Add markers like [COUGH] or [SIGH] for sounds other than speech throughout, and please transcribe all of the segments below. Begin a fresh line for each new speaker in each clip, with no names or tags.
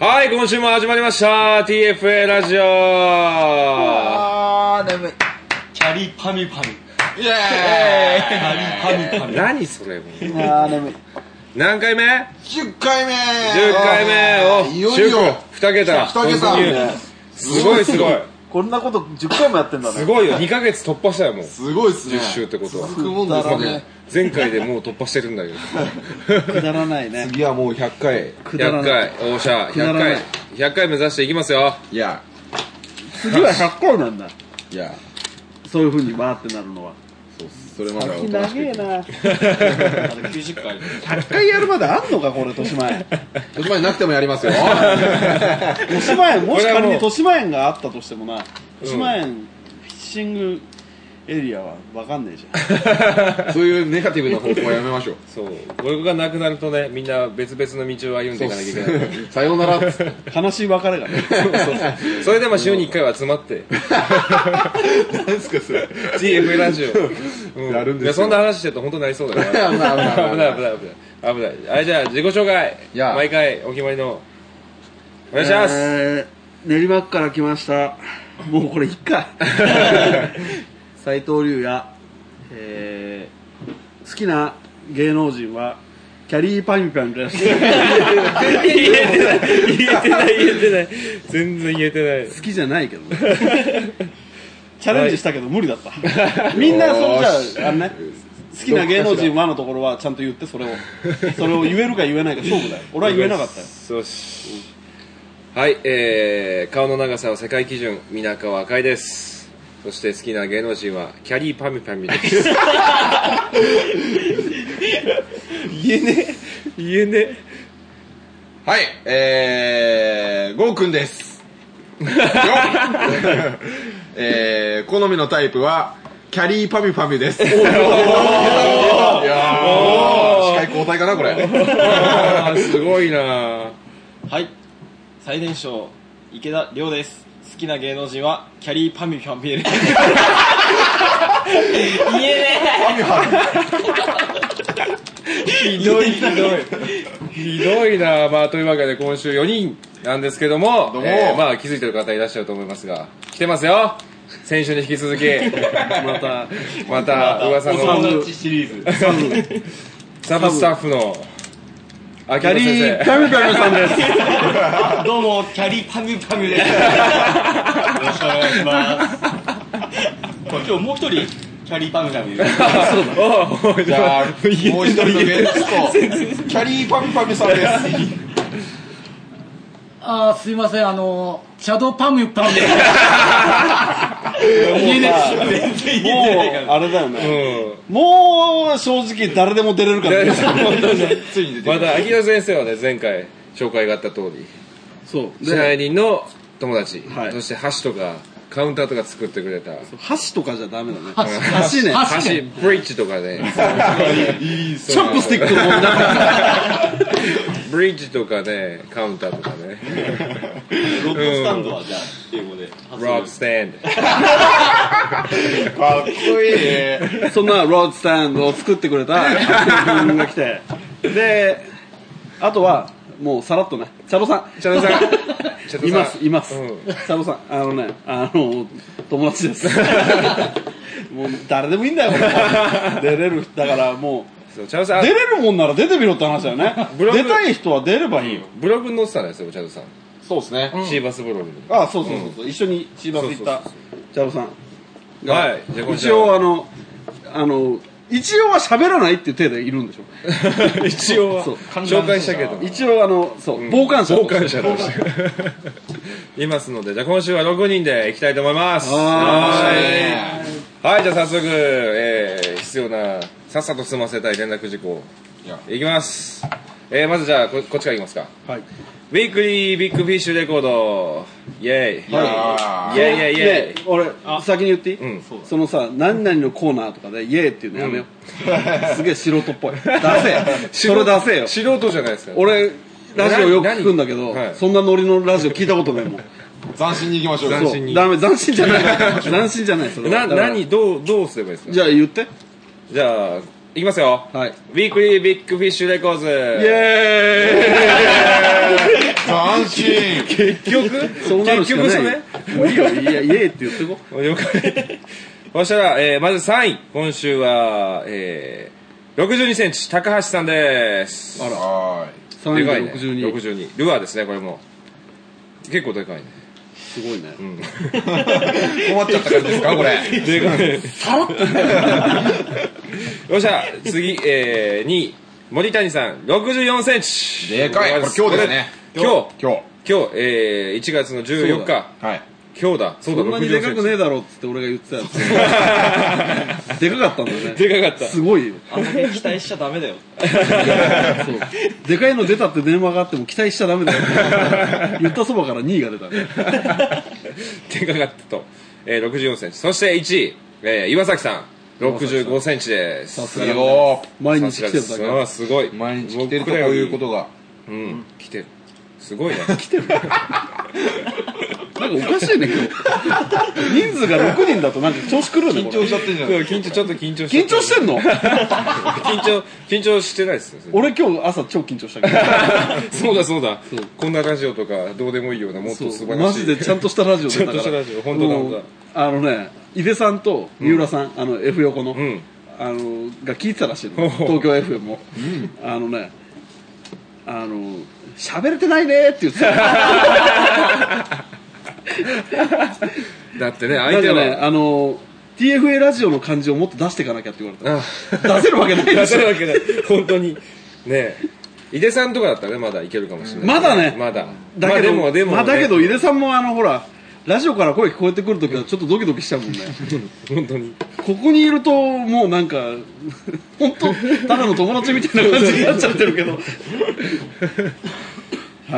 はい、今週も始まりました TFA ラジオ
あー、眠い。
キャリパミパミ。
イエ
キャリパミパミ。
何それもう
ーイあー、眠い。
何回目
10回目
?10 回
あーい
目を
よいよ
2桁
二桁
突入
ね
すごいすごい
こんなこと10回もやってんだ
す
ね。
ごいよ2ヶ月突破したよもう
すごいっすね
10。週ってことは
続くもんです
だ
ね
ね。
前回でもう突破してるんだけど
くだらないね
次はもう100回。
くだら
100
な
回おっしゃ
くだら
100
ない
回100回目指していきますよ
いや、
次は100回なんだ
いや、
そういうふうにバーってなるのは
そうっすそれまではおとなしく
長えな100回やるまであんのかこれ豊
[LAUGHS]
島園
おしまいなくてもやりま
[LAUGHS]
すよ。
豊島園もし
これは
仮
もう
に豊島園があったとしてもな豊島園フィッシングエリアは分かんねえじゃ
そういうネガティブな方向はやめましょう。
そうこれがなくなるとねみんな別々の道を歩んでいかなきゃいけない
さようならっつって。
ん悲しい別れがね
それでまあ週に1回は集まって
何ですか、それ。
TF ラジオ、う
やるんです
いや
よ
そんな話してると本当になりそうだね
危ない
危
危ない危
な
ない
い危ない危ない危ないはいじゃあ自己紹介
いや
毎回お決まりのお願いします、
えー練馬区から来ましたもうこれいっ
[LAUGHS]
か斉藤龍也、えー好きな芸能人はキャリーパミュパミュです
言えてない言えてない言えてない全然言えてない
好きじゃないけ
[LAUGHS]
どねチャレンジしたけど無理だった、みんなそ
よ
の
ーし
じゃああ
[LAUGHS]
のね好きな芸能人はのところはちゃんと言ってそれをそれを言えるか言えないか勝負だよ俺は言えなか
[LAUGHS]
ったよ
そうし、はいえー、顔の長さは世界基準皆川赤いですそして好きな芸能人はキャリーパミュパミュです言えねえ言えねえ
はい、えー、ゴーくんです。えー、好みのタイプは、キャリーパミュパミュです。いやー、司会交代かな、これ。
あーすごいな
はい最年少池田亮です好きな芸能人はキャリーパミュパミュです言えね
ひどいひどいひどいなまあというわけで今週4人なんですけども
どうも
えーまあ気づいてる方いらっしゃると思いますが来てますよ先週に引き
[LAUGHS]
続きまたまた噂
えお友
の
達シリーズ
サブスタッフの秋
キャ
元
リー
先
パミュパミュさんです
どうもキャリーパミュパミュですよろしくお願いします今日もう一人キャリーパミュパミュです
生おう
じゃあ、もう一人のゲスト、キャリーパミュパミュさんです。
あーすいませんあのー、チャドパムパム
全然言えてないか
もうあれだよね、
うん
もう正直誰でも出れるからね
ついに出て
また秋元先生はね前回紹介があった通り
[LAUGHS] そう
支
で
配人の友達、
はい
そして箸とかカウンターとか作ってくれた
箸とかじゃダメだね
箸
箸ね
箸
箸
ね
ブリッジとかね
チョップスティックの問題
ブリッジとかねカウンターとかね
ら [LAUGHS] ロッドスタンドはじゃあ英語で
ロックスタンド
る。かっこいいね。
そんなロードスタンドを作ってく
[LAUGHS]
れた君が来てであとはもうさらっとねチャロさん
チャ
[LAUGHS]
ドさんチャドさん
いますいます、
うん
チャロさんあのねあの友達です
[LAUGHS]
もう誰でもいいんだよこ
[LAUGHS]
れ出れるだからも
そうチャドさ
うん出れるもんなら出てみろって話だよね
ブログ
出たい人は出ればいいよ
ブログに載ってたんですよチャドさん、
そうですね。
シーバスブログに
あそうそうそうそう、一緒に千葉行ったチャロさん
はいじゃあ今週
一応あのあの一応は喋らないっていう手でいるんでしょ
[LAUGHS] 一応は
そう
紹介したけど
一応あのそう、傍観者
傍観者と [LAUGHS] していますのでじゃあ今週は6人でいきたいと思います
は
はいはいじゃあ早速、えー必要なさっさと済ませたい連絡事項
いや
いきます、えーまずじゃあここっちからいきますか
はい
ウィークリービッグフィッシュレコードイェイ
いや
イェイイェイイェイ
ね俺先に言っていい、
うん
そのさ何々のコーナーとかで「イエーっていうのやめよう、すげえ素人っぽい出せそれ出せよ
[LAUGHS] 素人じゃないですか
俺ラジオよく聞くんだけど、
何何はい
そんなノリのラジオ聞いたことないもん
斬新に行きましょう。
斬
そ
新に
うダメ斬
[LAUGHS]
新じゃない斬新じゃないそれは
な
だから
何どうどうすればいいですか
じゃあ言って
じゃあいきますよ。
はい
ウィークリービッグフィッシュレコーズ。
イエーイ
斬新
結局
そうなるしかない
結局
もういいよいやイエーイって言ってこ
それ。了解。そしたら、えーまず3位。今週は、えー、62センチ、高橋さんです。あら。
は
でかいね。
362
62。ルアーですね、これも。結構でかいね。
すごいね、
ーい困っちゃった感じですかこれ
でかい。 [LAUGHS] よっしゃ、次、えー、2位。森谷さん、64センチ。
でかいこれ今日ですね
これ今日。
今
今日、えー、1月の14
そう
日。
日はい
今日だ。そうだ、
そんなにでかくねえだろっつって俺が言ってたやつでかかったんだよ
[LAUGHS]
ね
でかかった
すごいよ
あんまり期待しちゃダメだよ。
そうでかいの出たって電話があっても期待しちゃダメだよ言ったそばから2位が出たね
でかかったと、えー、64センチそして1位、えー、岩崎さん65センチです
さす
い
が
い
だ
よ
毎
さ
日
す
来
が
て
で
る
す
だ
そ
け
れはすごい
毎日来てると
僕ら
こ
よ
う
り
いうことが
うん来てるすごいね
[LAUGHS] 来てるなんかおかしいね今日人数が6人だとなんか調子狂うねこれ
しちゃってんじゃ
そう [LAUGHS] 緊張ちょっと緊張
緊張してんの
緊張緊張してない
[LAUGHS]
ですよ
俺今日朝超緊張したけど
そうだそうだこんなラジオとかどうでもいいようなもっと素
そう
晴ら
マ
しい
ジでちゃんとしたラジオ出た
ち
か
ゃんと
ら
したラジオ本当だ
もう
本当だ
あのね井出さんと三浦さん、あの F 横の、
ん
あのが聞いてたらしい
ほう
の
ほう
東京 FM も、あのねあの喋れてないねって言ってた
[LAUGHS] だってね
な
相
ん
手
か
は、
ねあの TFA ラジオの感じをもっと出していかなきゃって言わ
[LAUGHS]
れた
あ
出せるわけないで
出
し
せ
ょ
るわけない本当にねえ井出さんとかだったらねまだいけるかもしれない
まだね
まだ
だけど、
まあ、でもでも、
まあ、だけど
ね
井出さんもあのほらラジオから声聞こえてくるときはちょっとドキドキしちゃうもんね
本当に
ここにいるともうなんか本当ただの友達みたいな感じになっちゃってる
[LAUGHS]
けどは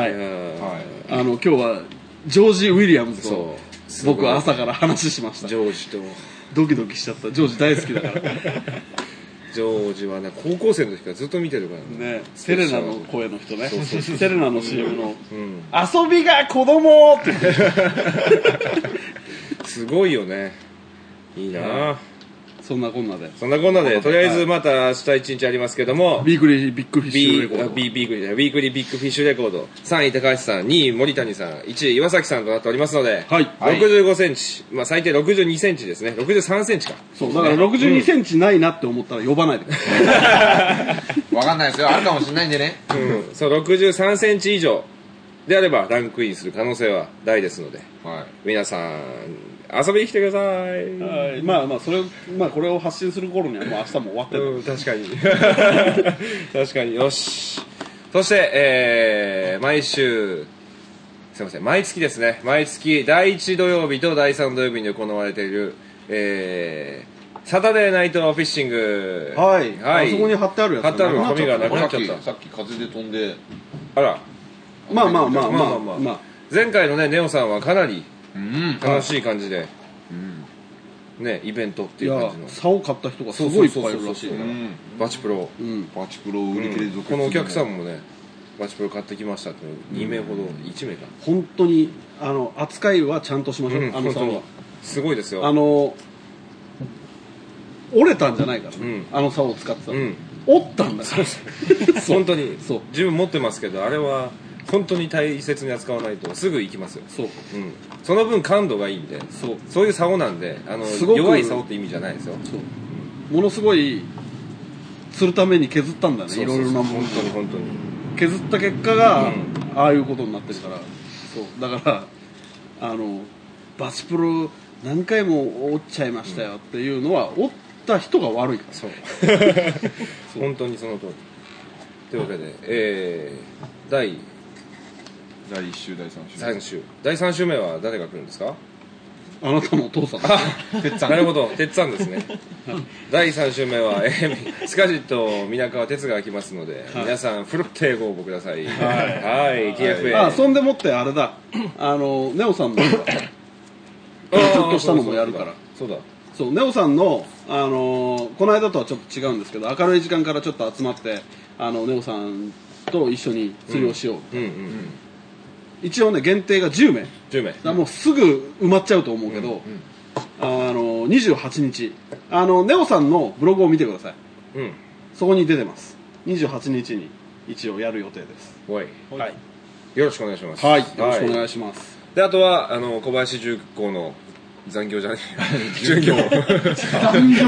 い
うん
はい
あの今日はジョージ・ウィリアムズと
そう
僕は朝から話しました
ジョージと
ドキドキしちゃったジョージ大好きだ
[LAUGHS]
からね
ジョージはね高校生の時からずっと見てるからね
セレナの声の人ねセレナの CM の「
ん
遊びが子供って言って
すごいよねいいなあ
そんなこんなで
そんなこんなでとりあえずまた明日一日ありますけども
ビークリービッグフィッシュレ
B
コード
あ B ビークリーじゃないウィークリービッグフィッシュレコード3位高橋さん2位森谷さん1位岩崎さんとなっておりますので、
はい
65センチ、まあ、最低62センチですね63センチか
そうだから6 2ンチないなって思ったら呼ばないでください
わかんないですよあるかもしれないんでね
うんそう63センチ以上であればランクインする可能性は大ですので
は
皆さん遊びに来てください、
はいまあまあそれを、まあ、これを発信する頃にはもう明日も終わってる
うん、確かに [LAUGHS] 確かによしそして、えー毎週すいません毎月ですね毎月第1土曜日と第3土曜日に行われている、えーサタデーナイトフィッシング
はい、
はい、
あそこに貼ってあるやつ
貼ってある
なくなっち
紙
ゃった
が
い
なくなっちゃっ
さきさっき風で飛んで
たあら
まあまあまあまあまあ、
ま
ま
あ
あ
ま前回のねネオさんはかなり
うん
楽しい感じで、ねイベントって
い
いう
や
感じの
竿買った人がすごいいっぱいいるらしい
そうそうそ
よ
うそう
うん
バチプロ
うん
バチプロ売り切れ続
このお客さんもねバチプロ買ってきましたって2名ほど1名か
本当にあの扱いはちゃんとしましょう、
うん
あの竿は
本すごいですよ
あの折れたんじゃないから、
ん
あの竿を使ってたら、
うん
折ったんだから
本当に
[LAUGHS] そう
自分持ってますけどあれは本当に大切に扱わないとすぐ行きますよ、
そう
うん、その分感度がいいんで
そう
そういう竿なんであの
すごく
弱い竿って意味じゃないですよ
そうものすごい釣るために削ったんだね
そう
い
そう
ろいろなものを
本当に本当に
削った結果
う
が、
ん
ああいうことになってるからそうだからあのバチプロ何回も折っちゃいましたよっていうのは折った人が悪いから [LAUGHS]
そう本当にその通りというわけでえー、第
第1週第3
3週第3週目は誰が来るんです
[LAUGHS]
か
あなたのお父さん
週てっちゃん
なるほど、鉄さんですね。第3週目は、えースカジット皆川哲が来ますので、皆さん、フルってご応募ください。はい、TFA。
あそんでもってあれだあのネオさんの
あー
ちょっとしたのもやるから。
そうだ。
そうネオさんの、あのーこの間とはちょっと違うんですけど明るい時間からちょっと集まってあのネオさんと一緒に釣りをしよう、
うんうん。
一応ね限定が10名だか
10名。
らもうすぐ埋まっちゃうと思うけど、あの28日あのネオさんのブログを見てください
うん。
そこに出てます28日に一応やる予定です
おい
はい、
よろしくお願いします
はい、よろしくお願いします、
であとはあの小林重工の残業じ
[LAUGHS]
ゃねえ巡 [LAUGHS] 業
残業。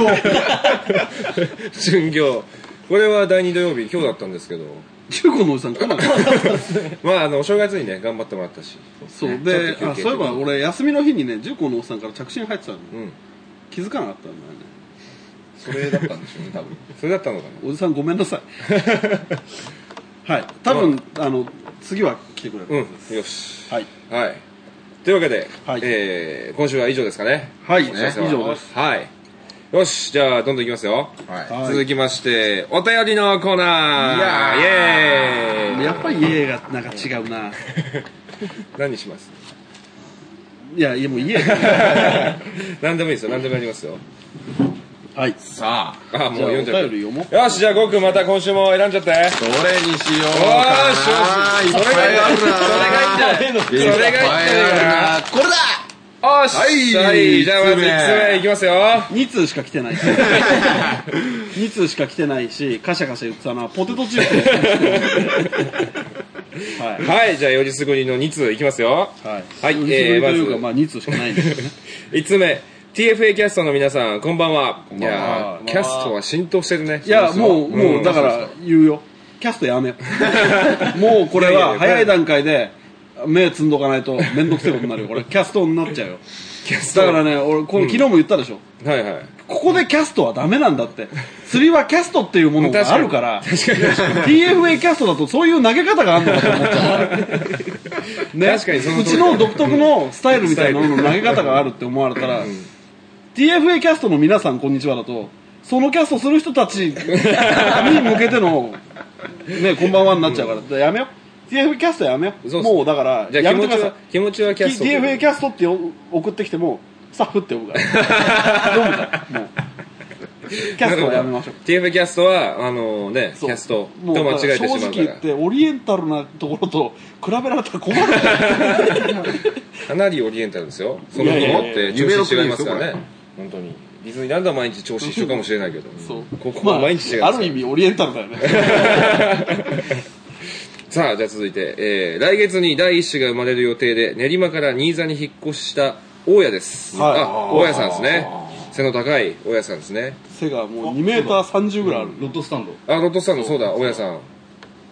[LAUGHS] 巡業これは第2土曜日今日だったんですけど
中高のおじさん来なかった
まああのお正月にね頑張ってもらったし
そう
ちょっ
で
と休憩
あそういえば俺休みの日にね重工のおっさんから着信入ってたの
うん
気づかなかったんだよね
それだったんでしょうね多分
それだったのかな
おじさんごめんなさいはい多分、あの次は来てくれる、
うんよし
はい
はいというわけで、
はい
えー今週は以上ですかね
はい、
お知らせは
以上です
はいよしじゃあどんどんいきますよ、
はい
続きましてお便りのコーナー
い
イエーイ
やっぱり家がなんか違うな
[LAUGHS] 何にします [LAUGHS]
いやいやもう家
何でもいいですよ何でもやりますよ
はい
さあ
あもう読んじゃ
お
っ
便り
て
読もう
よしじゃあゴくんまた今週も選んじゃってよ
どれにしよう
ーしよし
かないっ
それ
ぱい
が
あ
いい
る
んじ
な
ゃないそれがいいんじゃないそれがいいんじゃない
いっぱいあるなこれだ
よし、
はい
はい、じゃあまず
三つ目
1つ目いきますよ
2通しか来てない
[LAUGHS]
2通しか来てないしカシャカシャ言ってたのはポテトチップはい
はいじゃあ4時すぐりの2通いきますよ [LAUGHS]
はい、
はい
売り切れ
えー
というか、
まず
まあ2通しかないんです
[LAUGHS]
けどね
1つ目 TFA キャストの皆さんこんばんは
んばんはい
やーキャストは浸透してるね
いやもう
そそ
もうだか
そう
ら言うよキャストやめよ
[LAUGHS]
うもうこれ
いやいやい
は
や
早い段階で目つんどかないと面倒くせえことになるよこれキャストになっちゃうよ
キャスト
だからね俺これ昨日も言ったでしょ、
はいはい
ここでキャストはダメなんだって釣りはキャストっていうものがあるから
確かに確か
TFA キャストだとそういう投げ方があるのかと思っちゃう、ね、
確かにその
う
通り
ちの独特のスタイルみたいなのの投げ方があるって思われたら TFA キャストの皆さんこんにちはだとそのキャストする人たちに向けての、ね、こんばんはになっちゃうから、やめよ TFA キャストやめよ
そうっす
もうだから
にじゃ
や
あ気
めて
持ち
くださ
はい気持ちはキャスト
DFA キャストってよ送ってきてもスタッフって呼ぶか
[LAUGHS]
ら飲むからもうキャストはやめましょう
TFA キャストはあのねキ
そう
ャスト
もう
と間違えてしまう
正直
か
言
ら
ってオリエンタルなところと比べられたら困る
[LAUGHS] かなりオリエンタルですよその子もって調
夢の
子違
国
い
で
ますす
よ
からね本当にディズニーランドは毎日調子一緒かもしれないけど
そう
ここは毎日違い
まあ、
ます
あ
から
る意味オリエンタルだよね
さあじゃあ続いて、えー来月に第一子が生まれる予定で練馬から新座に引っ越した大家です、
はい
あ大家さんですね背の高い大家さんですね
背がもう2メーター30ぐらいある、
ロッドスタンド
あロットさんのそうだ大家さん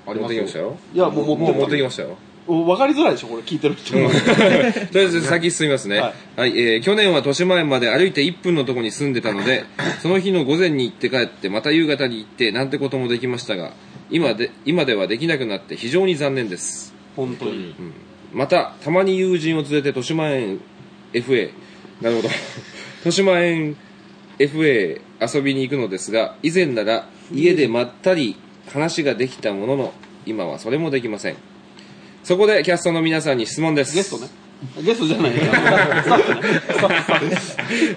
持ってきましたよ
いやもう持って
もう持って
る
きましたよ [LAUGHS]
分かりづらいでしょこれ聞いてる人、
とりあえず先進みますね、は
はいい
えー去年は豊島園まで歩いて1分のとこに住んでたの [LAUGHS] でその日の午前に行って帰ってまた夕方に行ってなんてこともできましたが今で今ではできなくなって非常に残念です
本当に
またたまに友人を連れて豊島園 FA なるほど [LAUGHS] 豊島園 FA 遊びに行くのですが以前なら家でまったり話ができたものの今はそれもできませんそこでキャストの皆さんに質問です
ゲストねゲストじゃな
[LAUGHS]
いよスタッフねス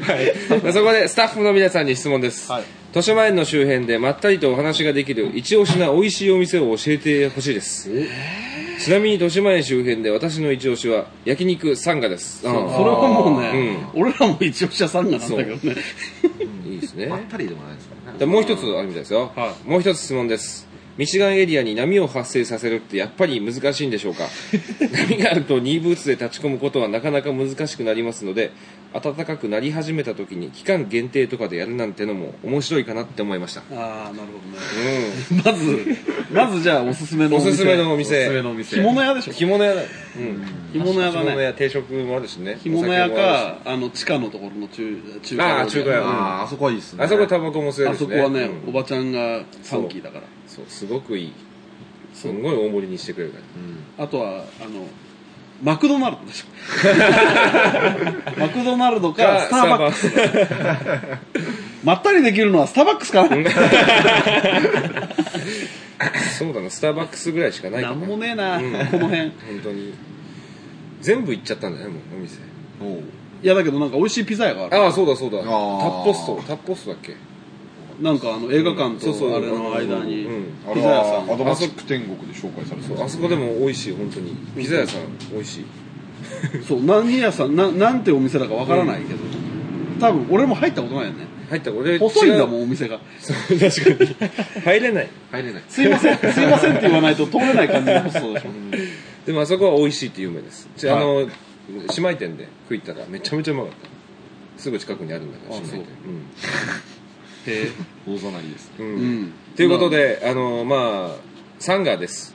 タ
は
ッフスタッフ
い、 [LAUGHS] そこでスタッフの皆さんに質問です、
はい
豊島園の周辺でまったりとお話ができる一押しな美味しいお店を教えてほしいですちなみに豊島園周辺で私の一押しは焼肉サンガですあ
それはもうね、
う
俺らも一押し屋さんがなんだけどね
いいですね
まったりでもないですからね
でもう一つあるみたいですよ、もう一つ質問ですミシガンエリアに波を発生させるってやっぱり難しいんでしょう
[LAUGHS]
か波があるとニーブーツで立ち込むことはなかなか難しくなりますので暖かくなり始めた時に期間限定とかでやるなんてのも面白いかなって思いました
ああなるほどね
う
まず、まずじゃあおすすめの
ん、おすすめのお店
おすすめのお店
着物屋でしょ
着物屋だ、うん、
着物屋が
着物
ね
屋定食もあるしね
着物屋
お酒もある
かあの地下のところの中中
ああ
華料理屋
中華屋
あーあそこはいいです
し
ね
あそこタバコも吸え
あ
るし、ね、
そこはね、
うん
おばちゃんがファンキーだから
そうすごくいいすんごい大盛りにしてくれるから
あとはあのマクドナルドで
[LAUGHS]
しょマクドナルドかスターバックス
スターバック
まったりできるのはスターバックスかな
スそうだなスターバックスぐらいしかないか
な
なん
もねえな、
ん
この辺い
本当に全部行っちゃったんだよねもうお店
おう
やだけどなんか美味しいピザ屋がある
ああそうだそうだタ
ー
ッポストタッポストだっけ
なんかあの映画館
そうそう
とあれの間に
うん
あ
ピ
れ
ザ屋さん
はアドバンスク天国で紹介されて
そう
ま
あ
す
そこでも美味しい本当にピザ屋さん美味しい
そう何屋さんななんてお店だかわからないけど、多分俺も入ったことないよね
入った俺
細いんだ
ん
[LAUGHS] もんお店が
確かに入れない
入れない
すいませんすいませんって言わないと通れない感じの細さでしょ
でもあそこは美味しいって有名ですちあの姉妹店で食いったらめちゃめちゃうまかったすぐ近くにあるんだから姉妹店
へ
大ざなりです
うん、
え
う
うんん
ということで、あのまあサンガーです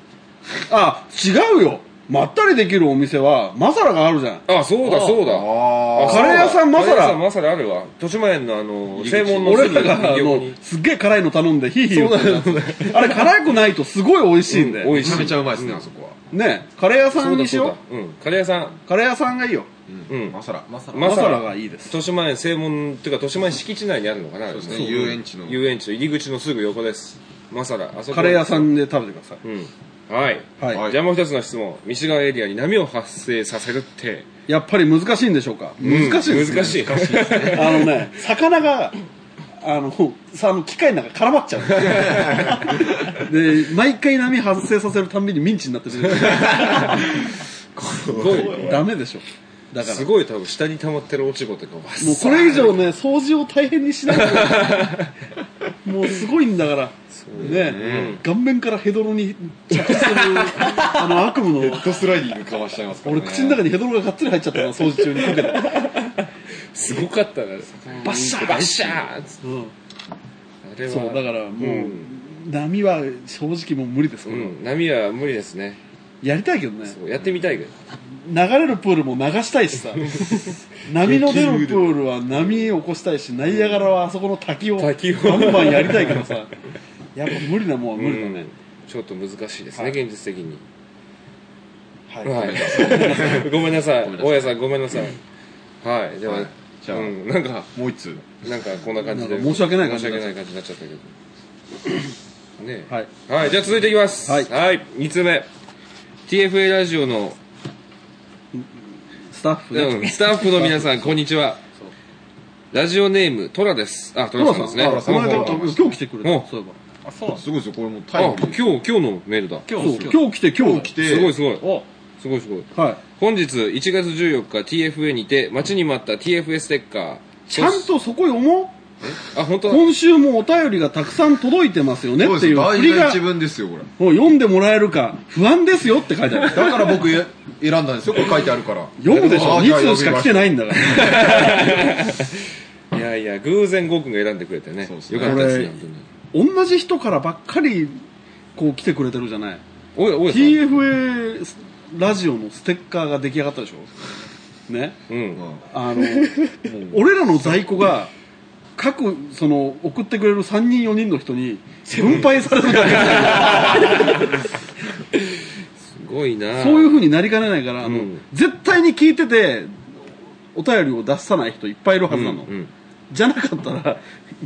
あ違うよまったりできるお店はマサラがあるじゃん
あそうだそうだ
あ
あ
カレー屋さんマサラ
カレー屋さんマサラあるわ豊島園のあの正門の
俺
すぐ
らがあ
右横
の
に
すっげえ辛いの頼んでヒーヒー言ってたやつあれ辛くないとすごい美味しいんで、
美
め
味し
ち
い
ゃめちゃうまいですねあそこは
ねカレー屋さ
そ
ん
うだ
にし
そう
よ
だうんカレー屋さん
うカレー屋さんがいいよ
うん
マサラマサ
マ
マ
サ
サ
ラ
ラ
がいいです
豊島園正門っていうか豊島園敷地内にあるのかな
そうですね遊園地の
遊園地の入り口のすぐ横ですマサラあそこ
カレー屋さんで食べてくださ
うんはい、
い、は、
はいい
じゃあもう一つの質問ミシガンエリアに波を発生させるって
やっぱり難しいんでしょうか難しいです、ね
難しい難しい
[LAUGHS] あのね魚があのさあの機械の中絡まっちゃ
[LAUGHS]
うで毎回波発生させるたんびにミンチになって出てくるダメでしょだから
すごい多分下に溜まってる落ち子とかも
もうこれ以上ね掃除を大変にしないともうすごいんだからね顔面からヘドロに着地す
[LAUGHS]
るあの悪夢の
ヘッドスライディングかわしちゃいますから
俺
ね
口の中にヘドロががっつり入っちゃったの掃除中にかけて、うん
すごかったなバッシャーバッシャーっつってあれは
そうだからもう、
ん
波は正直もう無理です、
う
俺は
ん波は無理ですね
やりたいけどね
そうやってみたいけど
流れるプールも流したいし
[LAUGHS]
さ波の出るプールは波を起こしたいしナイアガラはあそこの滝を
滝を
バンバンやりたいけ
[LAUGHS]
どさやっぱ無理なもんは無理だね、
ちょっと難しいですね、現実的に。
はい
はい。ごめんなさい。大家さん、ごめんなさい。はい。では、
はいじゃあ
うん、なんか、
もう一通
なんかこんな感じ
な
で。
んか申し訳ない感
申
じ
し
になっ
訳ない感
ちゃ
じになっちゃったけど。ね
はい
えはい。じゃあ続いていきます。
はい
はい。2つ目。TFA ラジオの、
スタッフね、
うんスタッフの皆さん、こんにちは。ラジオネーム、トラです。あ、トラ
寅
さんです
あ
ね。
この間
うん
今日来てくれ
うん
たそういえば
あ、そうなんです
すごいですよこれもうタイ
あ、
ム
今
リ
日、
ー
今日のメールだ。
今
そう
日、今日。
今日来て今日来
来て
すごいすごい。
お、
すごいすごい。
はい
本日1月14日 TFA にて待ちに待った TFA ステッカー
ちゃんとそこ読もう
あ本当だ
今週もお便りがたくさん届いてますよね
そう
っ
です
ていう
よ
振
大
り
事な
が
一文ですよこれ
もう読んでもらえるか不安ですよって書いて
[LAUGHS]
ある
だから僕え選んだんですよこれ書いてあるから
読むでしょ
あじゃあ
2通しか来てないんだから
いやいや偶然ゴーくんが選んでくれてね
そうです
よ
ね
かったですね
これ
本
同じ人からばっかりこう来てくれてるじゃない
当におやおや
TFA ラジオのステッカーが出来上がったでしょね
さんうん
あ
[LAUGHS]
の俺らの在庫が各その送ってくれる3人4人の人に分配されるだけ
すごいな
そういうふうになりかねないから、あの
うん
絶対に聞いててお便りを出さない人いっぱいいるはずなの、
うんうん
じゃなかったら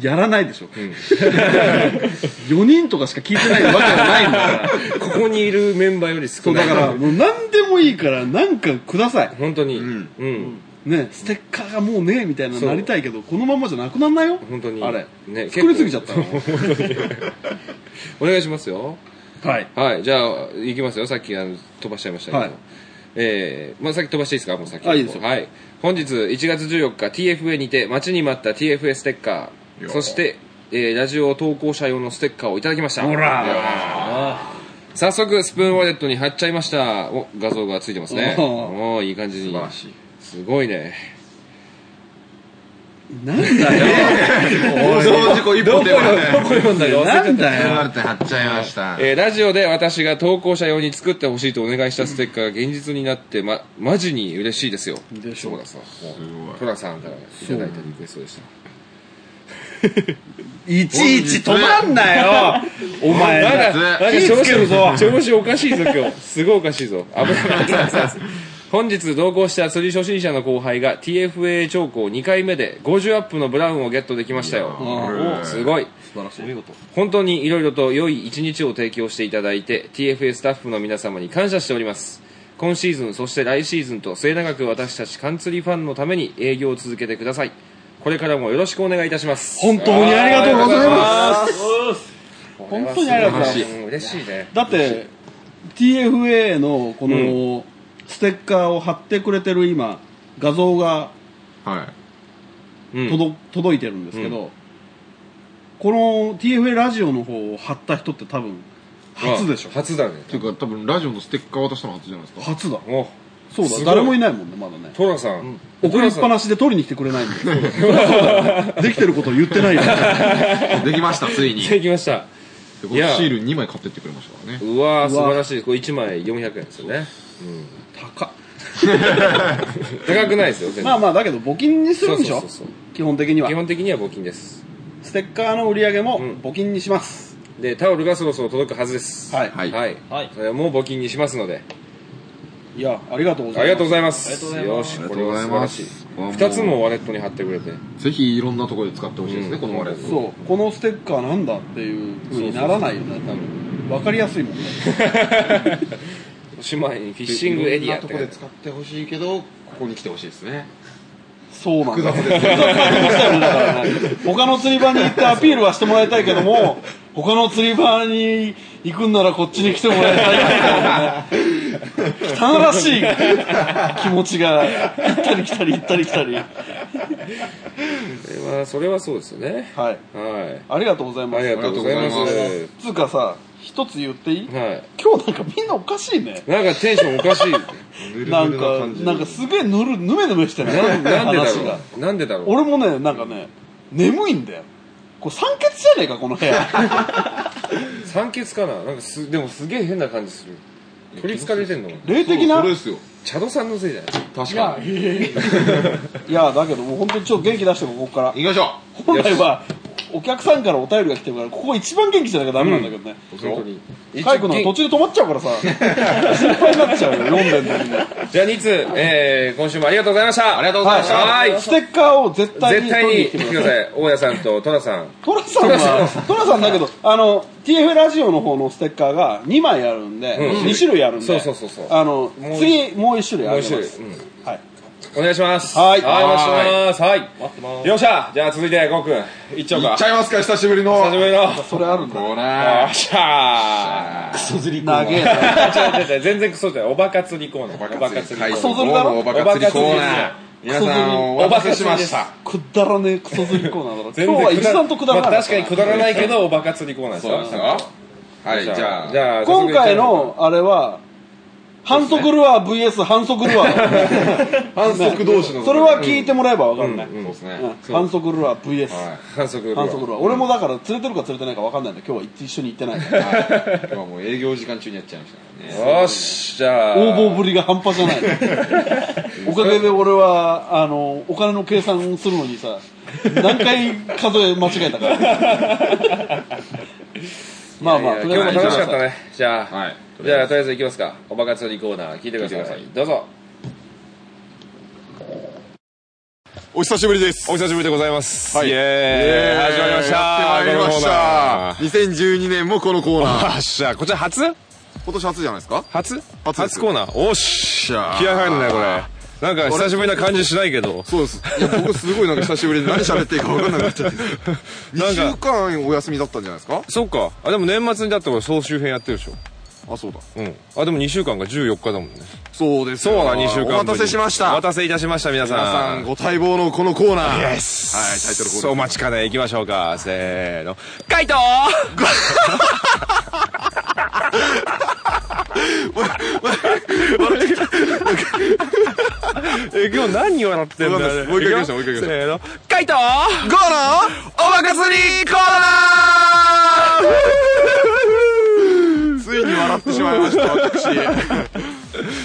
やらないでしょ、4人とかしか聞いてないわけがないんだから
ここにいるメンバーより
そ
少
う
ない
だからもう何でもいいから何かください、
本当にうんん
ね、ステッカーがもうねえみたいな
そう
なりたいけどこのままじゃなくならないよ
本当に
あれ、
ね
作りすぎちゃったの [LAUGHS]
お願いしますよ
はい
[LAUGHS] はいじゃあ行きますよさっきあの飛ばしちゃいましたけど、
はい
えーまあ、先飛ばしていいですかもう先
あいいですよ
はい、本日1月14日 TFA にて待ちに待った TFA ステッカ
い
ー
や
そして、えーラジオ投稿者用のステッカーをいただきました
ほら
いやー早速スプーンウォレットに貼っちゃいましたお画像がついてますね
お
おーいい感じに
素晴らしい
すごいね
なんだよ
放送事故一歩
こ
手前で
れ読んだよ
なんだよ
なって貼っちゃいました
えーラジオで私が投稿者用に作ってほしいとお願いしたステッカーが現実になって、ま、マジに嬉しいですよ
でしょう
そうだそう
ごい
トラさんからいただいたリクエストでした
いちいち止まんなよお前
まだ、
ず
なんか
火つけるぞ
調子調子おかしいぞ、今日。すごいおかしいぞ。危ない危ない。
[LAUGHS]
危ない本日同行した釣り初心者の後輩が TFA 長考2回目で50アップのブラウンをゲットできましたよ。
ー
おすごい。
素晴らしい
本当にいろいろと良い一日を提供していただいて TFA スタッフの皆様に感謝しております今シーズンそして来シーズンと末永く私たちカンツリファンのために営業を続けてくださいこれからもよろしくお願いいたします
本当にありがとうございます本当にありがとうございます
うん嬉しいね
だって TFA のこのステッカーを貼ってくれてる今画像が
はい
うん
届届いてるんですけど、この TFA ラジオの方を貼った人って多分初でしょ
あ初だね
ていうか多分ラジオのステッカー渡したの初じゃないですか
初だ
お
そう
すご
だ
い
誰もいないもんねまだね
トラさん
送りっぱ
な
なしで取りに来てくれないんでそうだそう
[LAUGHS]
だできてることを言ってないよ
できました [LAUGHS] ついに
できました
で
いや
シール2枚買ってってくれましたからね
うわー
うわ
素晴らしいですこれ1枚400円ですよね
高っ
高くないですよ全然
まあまあだけど募金にするんでしょ
そうそうそうそ
基本的には
基本的には募金です
ステッカーの売り上げも
ん
募金にします、
でタオルがそろそろ届くはずです
はい
はい
はい、
はい
それはもう募金にしますので
いやありがとうございます
ありがとうございます
ありがとうございます
よしこれは素晴らしい2つもワレットに貼ってくれて
ぜひいろんなところで使ってほしいですね、この我々
そうこのステッカーなんだっていうふうにならないよね多分分かりやすいもんね
おしまいにフィッシングエリア
い
っ
ろんなと
て
ころで使ってほしいけどここに来てほしいですね
そうなんだ複雑ですだからね他の釣り場に行ってアピールはしてもらいたいけども他の釣り場に行くんならこっちに来てもらいたいみたいなね汚らしい気持ちが行ったり来たり行ったり来たり
それはそれはそうですよね
はい
はい
ありがとうございま
あ
す
りがとうございます
ありがとうご
つうかさ一つ言っていい
は
今日なんかみんなおかしいね
いなんかテンションおかしい
なんかなんかすげえぬるぬめぬめして
な
ない
んなんでだ
話
ろ
が
うなんでだろう
俺もねなんかね眠いんだよこれ酸欠じゃねえかこの部屋
酸欠かななんかすでもすげえ変な感じする取りつかれてんのかな
霊的
そう
な
それで
い
すよ
チャドさんのせいじゃない
確かに
やだけどもう本当にちょっと元気出してここから
行きましょ
本来はお客さんからお便りが来てるからここ一番元気じゃなきゃダメなんだけどね、
本当に
カイ君の途中で止まっちゃうからさ心配になっちゃうよ読んでんのにね
じゃあニツ、えー、今週もありがとうございましたありがとうご
は
はい
いステッカーを絶対
絶
に
対
取りに
に
来て
来てく
くだ
だ
さい
さい大家さんとトラさん
トラさんはトラさんだけどあの TF ラジオの方のステッカーが2枚あるんで、
うん
2種類あるんで
そうそうそうそう
あの
もう
次もう1種類あ
もう
り
一種
ま
類
す、
うん
はい
お願いします
はい
はいお願いしますはい
待ってま
よっしゃじゃあ続いてゴーくんいっちゃおう
う行
か
っちゃいますか久しぶりの
久しぶりのよ
それあるんだ
ほら
っしゃ
すクソズリ
長えな
ー違う違う違う全然クソじゃないおバカ釣りコーナーおバカ釣り
海
コーナー
賊
クソ釣りだろ
おバカ釣りコーナー
お
皆さんお
バカ釣
待た
り
せしました
くだらねえクソズリコーナーだろ
全
今日
然
は
く
一
だ
段とくだらな
ま
い、
あ確かにくだらないけどおバカ釣りコーナーでし
そう
ょ
ですよはいじゃあ
じゃあ
今回のあれは反則ルアー VS 反則ルアー
反則同士の
それは聞いてもらえば分かんない、
うんそうですね
うん反則ルアー VS、
は
反則
反則ルアー俺もだから連れてるか連れてないか分かんないんで今日は一緒に行ってないから
い今日はもう営業時間中にやっちゃいましたからね
よしじゃあ
応募ぶりが半端じゃないおかげで俺はあのお金の計算をするのにさ何回数え間違えたからまあまあ
いや今日も楽しかった
ね
ねじゃあ、
はい
じゃあとりあえずいきますかおバカ釣りコーナー聞いてください
聞いてください
どうぞ
お久しぶりです。
お久しぶりでございます
はい
イエーイ始まりました
やってまいりました。
2012年もこのコーナー [LAUGHS]
あっしゃ、こちら初
今年初じゃないですか
初
初です
コーナーおっし
しゃ
ゃ
ー
気合入るねこれなんか久しぶりな感じしないけど
そうですいや僕すごいなんか久しぶりで何喋っていいか分か [LAUGHS] んなくなっちゃって
なん
2
か
週間お休みだったんじゃないですか
そっかあでも年末にだって俺総集編やってるでしょ
あそうだ
うんあでも2週間が14日だもんね
そうです
そう
よ
だ2週間ぶり
お待たせしまし
お
た
待たせいたしました皆さん
皆さんご待望のこのコーナー
イエス
はいタイトルコー
お
ル
待ちかね行きましょうかせーのカイト [LAUGHS] え今日何笑ってんだよ
もう一回行きましょうもう一回行きましょう
せーのカイト
ゴーナー
おバカ釣りコーナー [LAUGHS]
ついに笑ってしまいました [LAUGHS]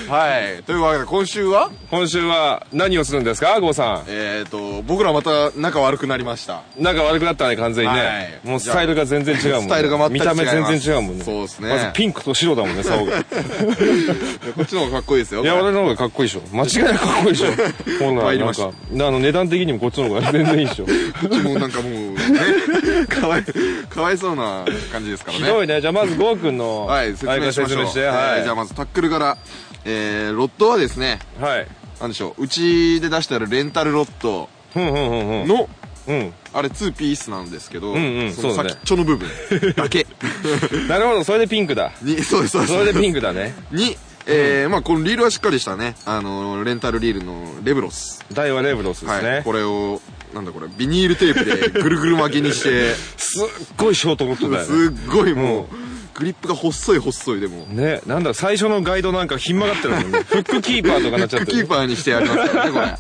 私はいというわけで今週は
今週は何をするんですかゴーさ
えっと僕らまた仲悪くなりました
んなんか悪くなったね完全にね、
はい
もうスタイルが全然違うもんね
スタイルが全く違います
見た目全然違うもんね
そうですね
まずピンクと白だもんね竿
[LAUGHS]
が
こっちの方がかっ [LAUGHS] こいいですよ
いや、俺の方がかっこいいでしょ。間違いなくかっこいいでしょ。ほんなら、
参り
なん
ました
か、あの、値段的にもこっちの方が全然いいで
[LAUGHS]
しょ。ひ
こっちもなんかもうね [LAUGHS] かわいかわいそうな感じですからね
どいね。じゃあ、まず、ゴーくんの、
はい説明しましょう
説明して。
えー
はい。
じゃあまずタックルから、えー、ロットはですね
はい。
なんでしょううちで出してあるレンタルロット
ふんふんふん
の、
ふん。
あれ2ピースなんですけど、
んうん
その
そうだ
先
ね
っちょの部分だけ
[LAUGHS] うん。なるほど、それでピンクだ。
にそうですそうです
それでピンクだね。
にえーまあ、このリールはしっかりしたね、あの、レンタルリールのレブロス。
大はレブロスですね、
はい。これを、なんだこれ、ビニールテープでぐるぐる巻き
[LAUGHS]
にして、
すっごいショートモットだよね
すっごいもう、グリップが細い細いでも、
ねなんだ最初のガイドなんかひん曲がってるもんねフックキーパーとか
フ
なっちゃっ
ッ
て
クキー
る
パーにしてやりますからね、
[LAUGHS]
これ。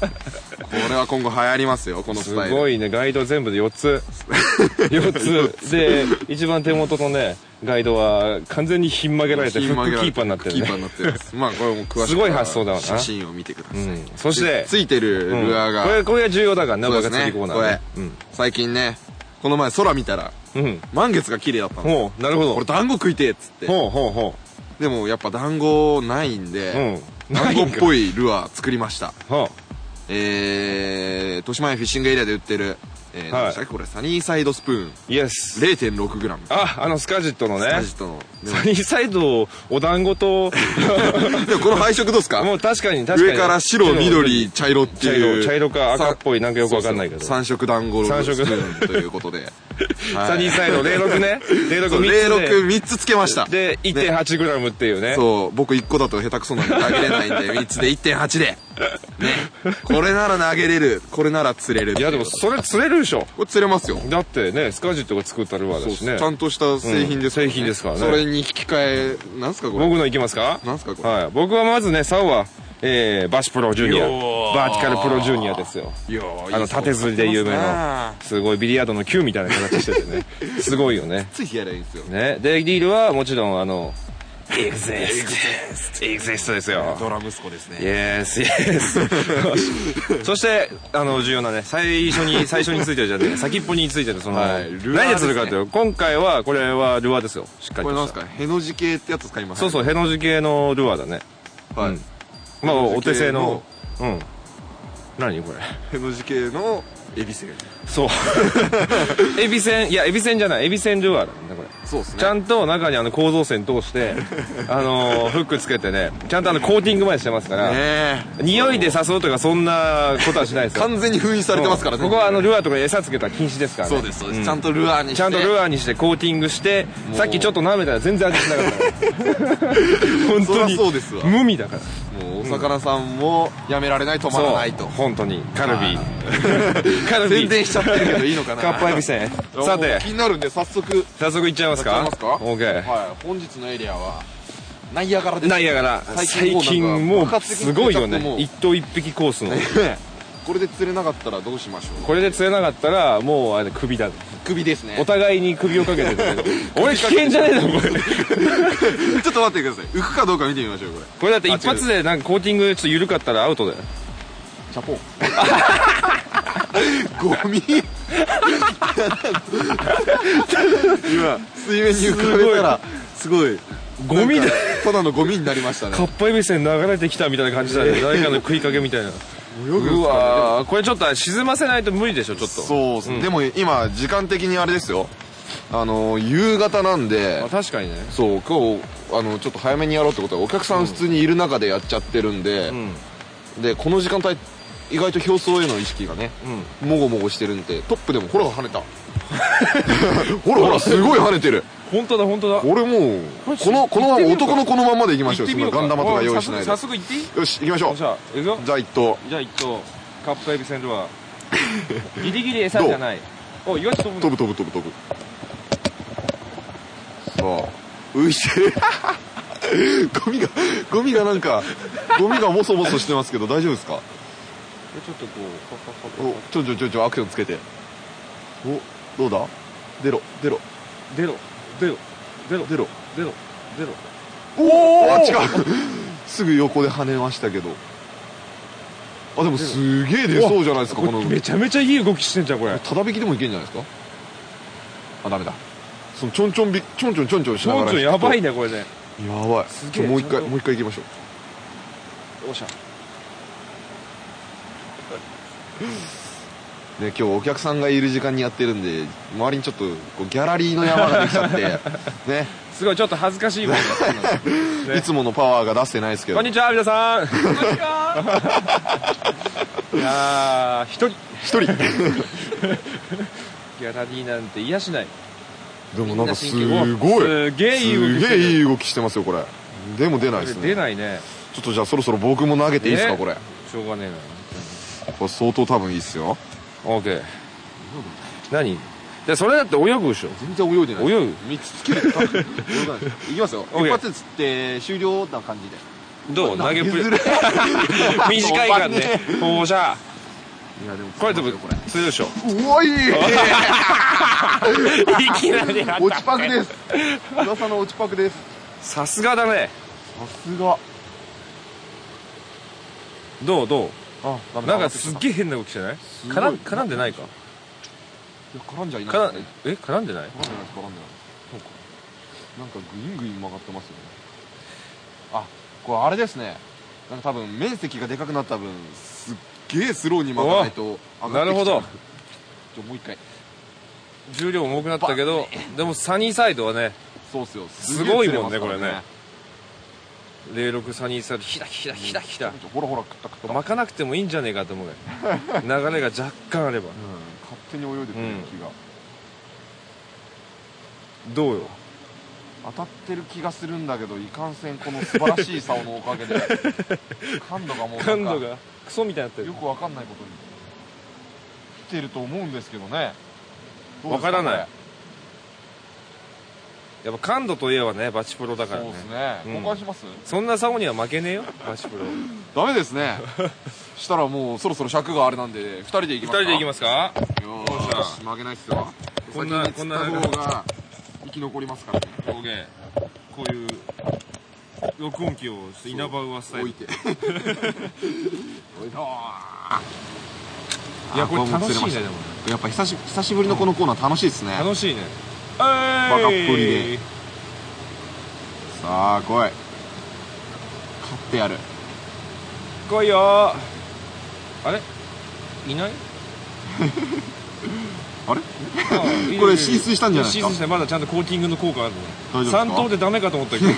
これは今後流行りますよ、この
す
スタイル。
ごいねガイド全部で4つ
[LAUGHS]
4つで一番手元のねガイドは完全にひん曲げられてフックキーパーになってる
キーパーに
ね
なってます。まあこれも詳しく
すごい発想だわな
写真を見てください。
うんそして
でついてる
うん
ルアーが、
これこれが重要だからね
そう
バ
で
カ
す
釣
ね
りコーナ
こ
ー
れ
ね、うん
最近ね、この前空見たら、
うん
満月が綺麗だったの。
ほうなるほど
俺団子食いてえっつって。
ほうほうほ
でもやっぱ団子ないん
うう
で、
ん
団子っ
い
ぽいルアー作りました。
は
えー、豊島園フィッシングエリアで売ってる、えー
い
何でしたっけこれ、サニーサイドスプーン。
イエス
0.6g。
ああのスカジットのね
スタジットの。でも
サニーサイドお団子
[LAUGHS]
と
でもこの配色どうですか
もう確かに確かに
上から白、緑、茶色って
茶
い
色
う。
茶色か赤っぽいなんかよくわかんないけど
そうそう三色団子
三
三
色
色スプーンということで。はい
サニーサイド06ね06
そう
三
06、3つつけました。
つでで 1.8g っていうね
そう、僕1個だと下手くそなんで投げれないんで、3つで1.8で。ね。これなら投げれる。これなら釣れる。
いやでもそれ釣れるでしょ
これ釣れますよ。
だってねスカジットが作ったルアーだし
そう
ね
ちゃんとした製品ですから
うん製品ですからね
それに引き換え、なんすかこれ。
僕のいきますか
なんすかこれ
はい、僕はまずね竿は、えー、バシプロジュニアバーティカルプロジュニアですよ
いやー
あの縦釣りで有名なすごいビリヤードの球みたいな形しててねすごいよね
ついやればいいんですよ。
ねでリールはもちろんあのエグゼストエグゼストですよ
ドラ息子ですね。
イエスイエ
[LAUGHS]
スそしてあの重要なね最初に最初についてるじゃなくて先っぽについてるその、
はいルアーですね
何で釣るかっていうと今回はこれはルアーですよしっかり
これな
と
ん
し
す
た
かへの字系ってやつ使います
そうそうへの字系のルアーだね
う。はい。
まあ
への字系の
お手製のうん何これ
への字系のエビセ
そう [LAUGHS] エビ線いやエビ線じゃないエビ線ルアーだねこれ
そうです
ちゃんと中にあの構造線通
[LAUGHS]
して、あのーフックつけてね、ちゃんとあのコーティングまでしてますから、
ね
匂いで誘うとかそんなことはしないです
え
よ。
完全に封印されてますからね
ここはあのルアーとか餌つけたら禁止ですからね。
そうですそうです、
ん
ちゃんとルアーにして
ちゃんとルアーにしてコーティングして、さっきちょっと舐めたら全然味しなかった。本
そり
当
ゃ
に。
そうですわ
無味だから。
もうお魚さんもやめられない止まらないと
本当に。カルビー。 [LAUGHS] カルビー。
宣伝しちゃってるけどいいのかな
カッパエビせん。
もう
さて
気、になるんで早速
早速いっちゃいますか
やっちゃいますか
オーケー。
はい本日のエリアはナイアガラです
ないやから
最
最
近
近
もう
も
なんか
うすごいよ
爆発的に増えちゃっても
ね
う
一頭一匹コースの
これで釣れなかったらどうしましょう
これで釣れなかったらもうあれ首だ
首です
お
ね
互いに首をかけてるけど俺危険じゃねえだろこれ
[LAUGHS] ちょっと待ってください浮くかどうか見てみましょうこれ
これだって一発でなんかコーティングちょっと緩かったらアウトだよ
チャポンゴ [LAUGHS] ミ今水面に浮かべたらすごい
ゴミだ
なんかただのゴミになりました
か
ね
っぱえびせん流れてきたみたいな感じだね誰かの食いかけみたいなうわーこれちょっと沈ませないと無理でしょちょっと
そうですね、でも今時間的にあれですよあの夕方なんで
あ確かにね
そう今日あのちょっと早めにやろうってことはお客さん普通にいる中でやっちゃってるんで、でこの時間帯意外と表層への意識がね、もごもごしてるんでトップでもほら跳 [LAUGHS] ねたほらほらすごい跳ねてる
本当だ本当だ
俺もうこのこのまま男のこのまんまでいきましょうそんなガン玉とか用意しないで
早
よ
速行っていい
し行きましょう
じゃあ行くよ
じゃあ一投
じゃあ一頭カップエビセンル
[LAUGHS]
アーギリギリ餌じゃないお意外と飛ぶ
飛ぶ飛ぶ飛ぶ飛ぶさあ浮いて [LAUGHS] るゴミがゴミがなんかゴミがモソモソしてますけど大丈夫ですか
ちょっとこう
おちょちょちょちょアクションつけておどうだ出ろ出ろ
出ろ出ろ出ろ
出ろ
出ろ出ろ
おおあ違う [LAUGHS] すぐ横で跳ねましたけどあでもすげえ出そうじゃないですかこの
めちゃめちゃいい動きしてんじゃんこれ
ただ引きでもいけんじゃないですかあダメだそのちょんちょんびちょんちょんちょんちょんし
ち
なが
ょ
ら
んちょんやばいねこれね
やばい
すげ
ち
え
ょもう一
ちゃん
回
と
もう一回行きましょう
おっしゃ
[LAUGHS] ね、今日お客さんがいる時間にやってるんで周りにちょっとこうギャラリーの山ができちゃって
[LAUGHS]
ね
すごいちょっと恥ずかしいことやってますね
いつものパワーが出してないですけど
こんにちは皆さんこんにち [LAUGHS] はいやー一人
一人 [LAUGHS] で
ギャラリーなんて癒やしない
もなんかす
みんな真剣 [LAUGHS]
ごい
すげえいい動きして
すげ
る
えいい動きしてますよこれでも出ないです
出
ね
ないね
ちょっとじゃあそろそろ僕も投げていいですか
ね
これ
しょうがねえな
これ相当多分いいっすよ
OK 何でそれだって泳ぐでしょ
全然泳い
[LAUGHS]
で
泳ぐ
3つつける泳がない [LAUGHS] いきますよ
OK
一発つって終了な感じで
どう投げっぷり
譲れ
短いからね放射
いやでも
これでも釣れるでしょ
う [LAUGHS] わい
[LAUGHS] いきな [LAUGHS] り
落ちパクです噂の落ちパクです
さすがだね
さすが
どうどう
あダメ
な
だ
んかすっげえ変な動きしてない
ごい
絡ん絡んでないか
いや絡んじゃいない
絡んえ絡んでない
絡んでないです絡んでないそうかなんかグイングイン曲がってますよねあこれあれですねなんか多分面積がでかくなった分すっげえスローに曲がらないと上がってきちゃう
なるほど
じゃあもう一回
重量重くなったけどでもサニーサイドはね
そうっすよ
す
げえ
ごい
釣れ
もん
ま
ね
すから
これね06サニーサイドひらひらひらひら
ほらほら食った食った、
巻かなくてもいいんじゃねえかと思 [LAUGHS] うよ流れが若干あれば
うん、勝手に泳いでくれる気が、
どうよ
当たってる気がするんだけどいかんせんこの素晴らしい竿のお
[LAUGHS]
かげで感度がもうなん
感
か
度がクソみたいになってる
よくわかんないことに来てると思うんですけどねどうで
わ
す
からない
こ
やっぱ感度といえばねバチプロだか
れ
ら
そ
ね
うですね
うん
交換します
そんな竿には負けねえよバチプロ
ダメですねしたらもうそろそろ尺があれなんで2人で行き
[LAUGHS] 二
ますか
人で行きますか
すよーし曲げないっすよ
こんな
先に釣った方が生き残りますからね
表現こういう録音機をして稲葉上スタイ
置い
ル
ておいどー
いやこれ
あ
楽しい
もう
ね
釣れ
で
ま
もね
たやっぱ久し久しぶりのこのコーナー楽しいですね
楽しいね
バ
バ
カっぷりでさあ来い勝ってやる
来いよあれいない
[LAUGHS] あ
あ
れ
いるいる
これ浸水したんじゃないですか
浸水してまだちゃんとコーティングの効果ある
大
の
丈夫ですか
三等でダメかと思
[LAUGHS]
ったけど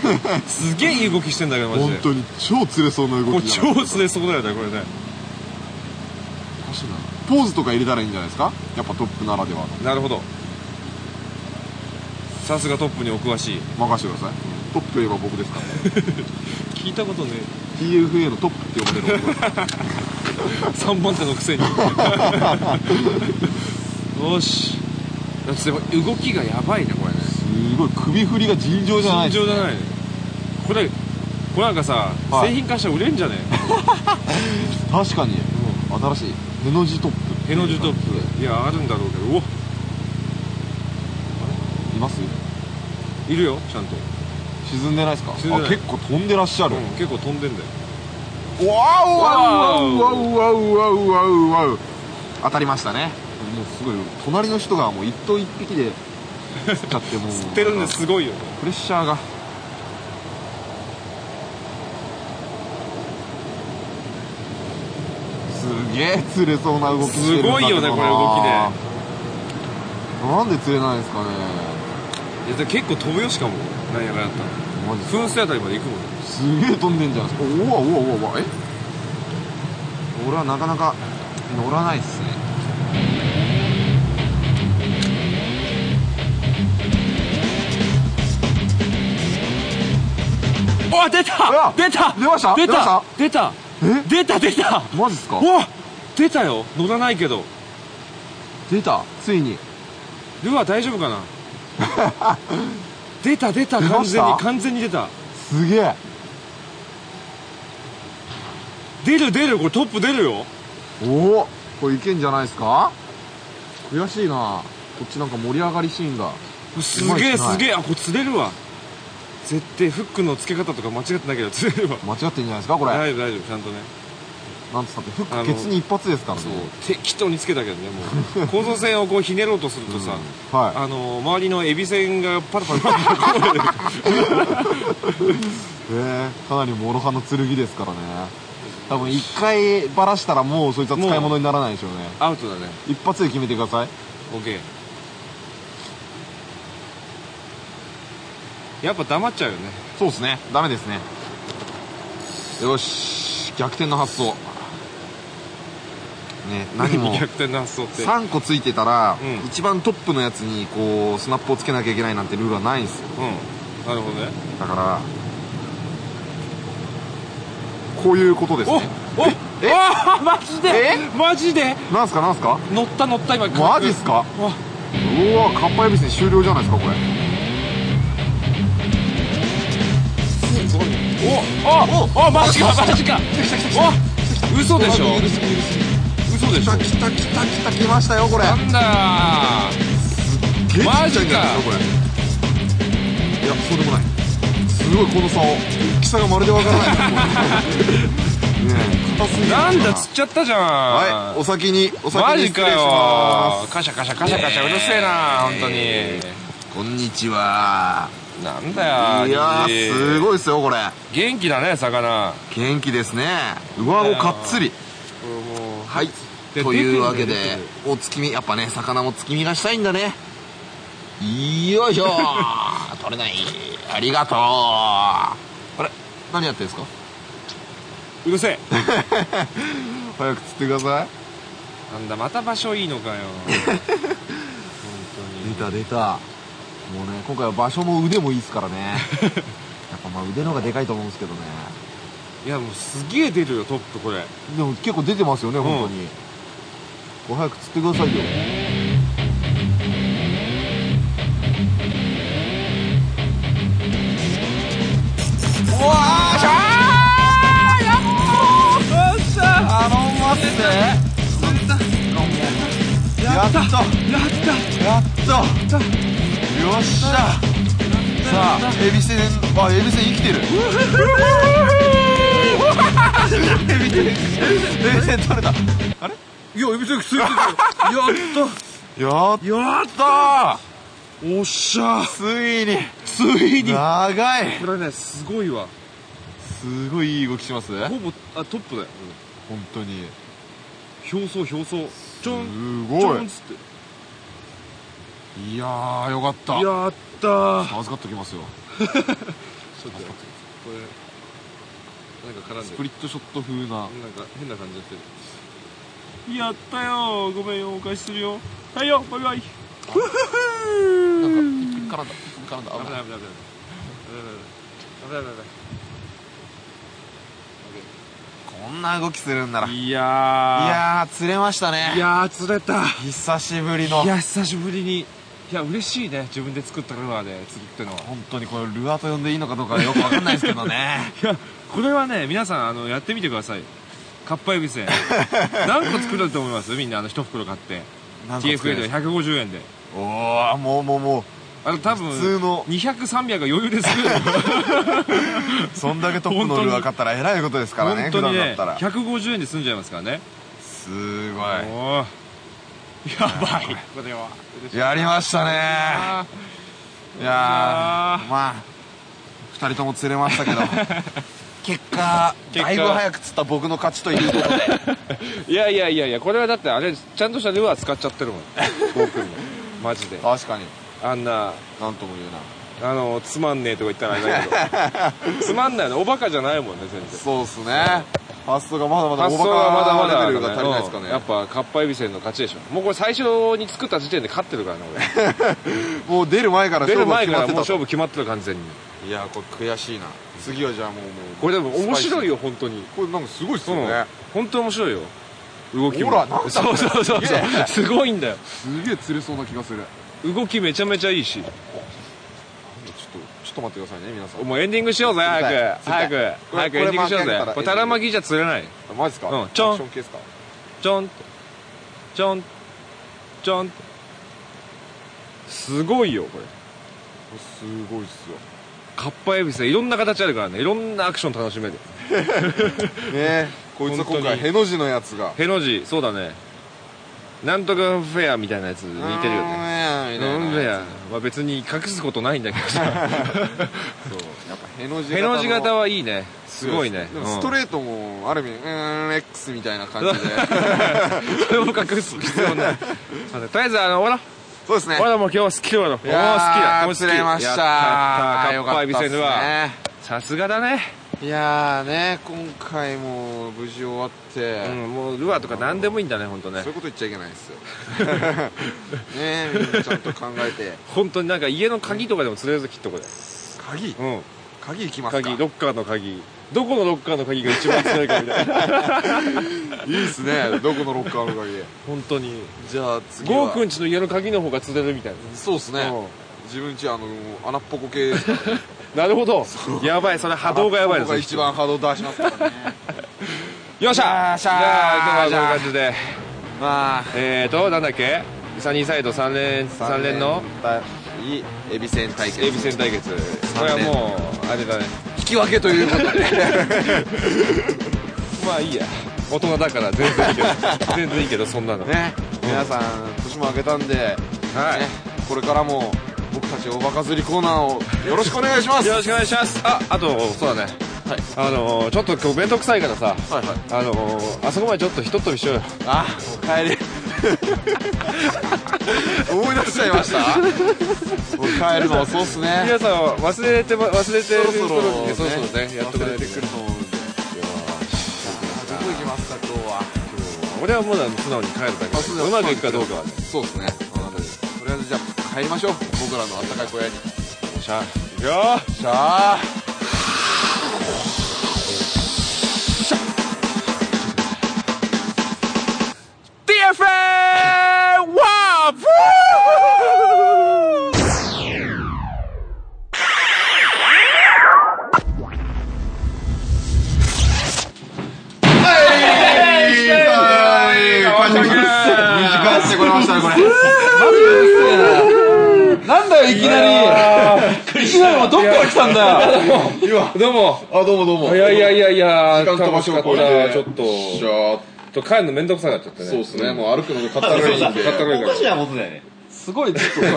すげえいい動きしてんだけどマジで
本当に超釣れそうな
こ
動
う
きじゃない
超釣れそうだよねこれね
おかしいなポーズとか入れたらいいんじゃないですかやっぱトップならではの
なるほどさすがトップにお詳しい
任せてくださいトップといえば僕ですからね
聞いたことね
TFA のトップって呼ばれる男
3番手のくせによしだってやっぱ動きがやばいねこれね
すごい首振りが尋常じゃない
尋常じゃないねこれこれなんかさ、
はい
製品化したら売れんじゃね
確かに、新しいへの字トップ
への字トップいやあるんだろうけどうわ
います
いるよちゃんと、
沈んでないですかあ
沈んでない
結構飛んでらっしゃる、
うん結構飛んでんだよ
わうわう
わ
わうわうわうわうわうわう当たりましたねもうすごい隣の人がもう一頭一匹で釣っちゃってもう
釣ってるんですごいよ
プレッシャーがすげえ釣れそうな動きしてるんだけどな
すごいよねこれ動
なんで釣れないんですかね
いやで結構飛ぶよしかも何やらやったら
マジ
噴水あたりまで行くもん
すげえ飛んでんじゃないですかおわおわおわおわえ俺はなかなか乗らないっすね
お出
うわ
た出た
出ました
出
出ました
た出た
え
出た出た
マジっすか
うわ出たよ乗らないけど
出たついに
ルアー大丈夫か
[LAUGHS]
な出た出た
出
完
まし
全
た
に完全に出た
すげえ
出る出るこれトップ出るよ
おおこれいけんじゃないですか悔しいなこっちなんか盛り上がりシーンだ
す
うまい
げえ
ですね
すげえあこれ釣れるわ絶対フックの付け方とか間違ってないけど釣れるわ
間違ってんじゃないですかこれ、
大丈夫大丈夫ちゃんとね
なんつったってフ
あ
ッ
の
クケツに一発ですからね
そう適当につけたけどねもう構造線をこうひねろうとするとさ、
は
あの周りのエビ線がパラパラパラパラこうね
いへえかなり諸刃の剣ですからね多分一回バラしたらもうそいつは使い物にならないでしょうね
アウトだね
一発で決めてください
OK やっぱ黙っちゃうよね
そうですねダメですねよし逆転の発想ね何も
[LAUGHS] 逆転の発想って
3個ついてたら、
うん
一番トップのやつにこうスナップをつけなきゃいけないなんてルールはないんですよ
うんなるほどね
だからこういうことですね
おおマジでマジで
なんすかなんすか
乗った乗った今
マジっすかうわかっぱえびせん終了じゃないですかこれ
おおマジかマジかお嘘でしょ嘘で
来
しょ
た来た来た来た来ましたよこれ
なんだ
ゲッチ
マジか
みたいなやつだこれいやそうでもないすごいこの差を大きさがまるでわ [LAUGHS] からないねえ硬すぎる
なんだ釣っちゃったじゃん
はいお先にお先
マ
に
ジ
失
か
礼し
よ
ま
カシャカシャカシャカシャうるせえな本当に
すこんにちは
なんだよ
いや
虹
ーすごいですよこれ
元気だね魚
元気ですね上顎かっつりはい
で
というわけ
出て
で
る
お月見やっぱね魚も月見がしたいんだねよいしょ [LAUGHS] 取れないありがとうあれ何やってんですか
うるせえ
早く釣ってください
なんだまた場所いいの
[LAUGHS]
かよ
出た出たもうね今回は場所も腕もいいですから [LAUGHS] ねやっぱまあ腕の方がでかいと思うんですけどね
いやもうすげえ出るよトップこれ
でも結構出てますよね、本当にお早く釣ってくださいようわーしゃーやっとよっしゃ頼ませてやったやったやったやったよっしゃさあエビせんあエビせん生きてるエビせん取れた
いや、エビセンついてる。やっ
やった
と。やっ
[LAUGHS] おっしゃついについに長い
これねすごいわ
すごいいい動きします本
ほぼあトップだよ
当に
表層表層ちょん
す
ちょ
ご
ん
い
っつって
いやーよかった
やったー
預かっときますよ
ちょっと待ってこれなんか絡んで
ス
る
プリットショット風な
なんか変な感じやってるやったよごめんよお返しするよはいよバイバイ
なんかピッ絡んだピッ絡
危な
んだ危ない
い危ない危ない危ない危ない危ない危ない危ない
こんな動きするんならい
いや
やー釣れました
ーい
ね
やー釣れた
久しぶりの
いや久しぶりにいや嬉しいね自分で作ったルアーで釣るってのは
本当にこれルアーと呼んでいいのかどうかよくわかんないですけどね
いやこれはね皆さんあのやってみてくださいかっぱえび [LAUGHS] せん何個作れると思いますみんなあの一袋買って
なんか作
TFA
れる
で150円で
おーもうもうも
あの多
う
分
普通の
200300が余裕でする
そんだけトップのルアー買ったらえらいことです [LAUGHS] からね
本当にね
普段だったら
150円で済んじゃいますからね、
すご
おおーやばいこれはい
やりましたね
あ
いやーまあ2人とも釣れましたけど [LAUGHS] 結果
結果
だいぶ早く釣った僕の勝ちということで
ーいやいやいやいやこれはだってあれちゃんとしたルアー使っちゃってるもん僕もマジで
[LAUGHS] 確かに
あんな
なんとも言うな
あのつまんねえとか言ったらあれだけ
[LAUGHS]
どつまんないねおバカじゃないもんね全然
そうっすね発想がまだまだ
発想はまだまだ
レベルが足りないですか
う
ね
んやっぱかっぱえびせんの勝ちでしょもうこれ最初に作った時点で勝ってるからね
もう出る前から
俺出る
勝負が
前
決
からもう
まってたと
勝負決まってる完全に
いやーこれ悔しいな次はじゃあもうもう
これでも面白い
よ
よ本当に
これなんかすごいっすよね
本当に面白いよ動きも
ほらなんだ
そうそうそう
すげ
そう
え
すごいんだよ
すげえ釣れそうな気がする
動きめちゃめちゃいいし
ちょっとちょっと待ってくださいね皆さん
もうエンディングしようぜ
釣りたい
早く
釣りた
早
い
く
これ
早くエンディングしようぜ
これ巻き上げたら
これたら巻きじゃ釣れない
あマジっすか
うんちょん
アクション系っすか
ちょんってちょんちょんってすごいよこれ
これすごいっすよ
かっぱえびせんいろんな形あるからねいろんなアクション楽しめる
ねえこいつは今
本当
回
に
への字のやつが
への字そうだねなんとかフェアみたいなやつ似てるよね
ねみたい
なん
な
だよ、まあ、別に隠すことないんだけどさ
やっぱへの字
への字型
は
はいいねすごいね
でもストレートもある意味うーん X みたいな感
[LAUGHS]
じ
う
で
ん [LAUGHS] それも隠す必要ないそうねとりあえずあのほら
そうですね
ほらもう今日は好きだろもう好き
いや
だも
ー
う好き
釣れました
やったや
よ
ったかっぱ
かった
え
っ
び
す
せんは
ね
さすがだね
いやーね今回も無事終わって、
うんもうルアーとか何でもいいんだね本当ね
そういうこと言っちゃいけな
[LAUGHS]
いですよねえみんなちゃんと考えて
本当になんか家の鍵とかでも釣れるぞきっとこれ
鍵
うん
鍵いきますか
鍵ロッカーの鍵
どこのロッカーの鍵が一番強いかみたいな
[LAUGHS] いいっすねどこのロッカーのおかげで
本当に
じゃあ次
ゴ
は
ーくんちの家の鍵の方が釣れるみたいな
そうっすね自分ちあの穴っぽこ系ですから
なるほどやばいそれ波動がやばい
穴っぽ
で
こが
す
一番波動出しますからね
よっしゃじゃあ今日はこういう感じで
まあ
えーとなんだっけサニーサイド3連三連の
いいエビ戦対決
エビ戦対決これはもうあれだね
引き分けということで
まあいいや大人だから全
[LAUGHS]
然いいけど全然いいけどそんなの
ね皆さん年も明けたんで、
はい
ね、これからも僕たちおバカ釣りコーナーをよろしくお願いします
よろしくお願いしますああとそうだね
はい
あのーちょっと今日面倒くさいからさ
はいはい
あのーあそこまでちょっとひとっ飛びしようよ
あおか [LAUGHS] えり思い出しちゃいましたおかえるのそうっすね
皆さん忘れてま忘れて
そ
る
ろそろ
ねそろそろねやっとく
忘
れ
れ
て
てく
くる
ると思うんでどこ行きますか今日は
俺はもう素直に帰るだけ
あそうだ
うまくいくかどうかはね
そうっすねとりあえずじゃあ帰りましょう僕らのあったかい小屋に
よっしゃいくよ
しゃあ短してこれましたねこれ
なんだよ、いきなり。いきなり、お前どっから来たんだよ。
[LAUGHS] どうも
あどうもどうも
いやいやいやいや
時間と場所を超えて
楽しかったち
し
ょっ
ゃあ
とちょっと帰るの面倒くさくなっちゃってね
そうっすねもう歩くのがかったるいんで
そう
買ったぐらい
お
か
かしなことだよね
すごい、ちょっとさ、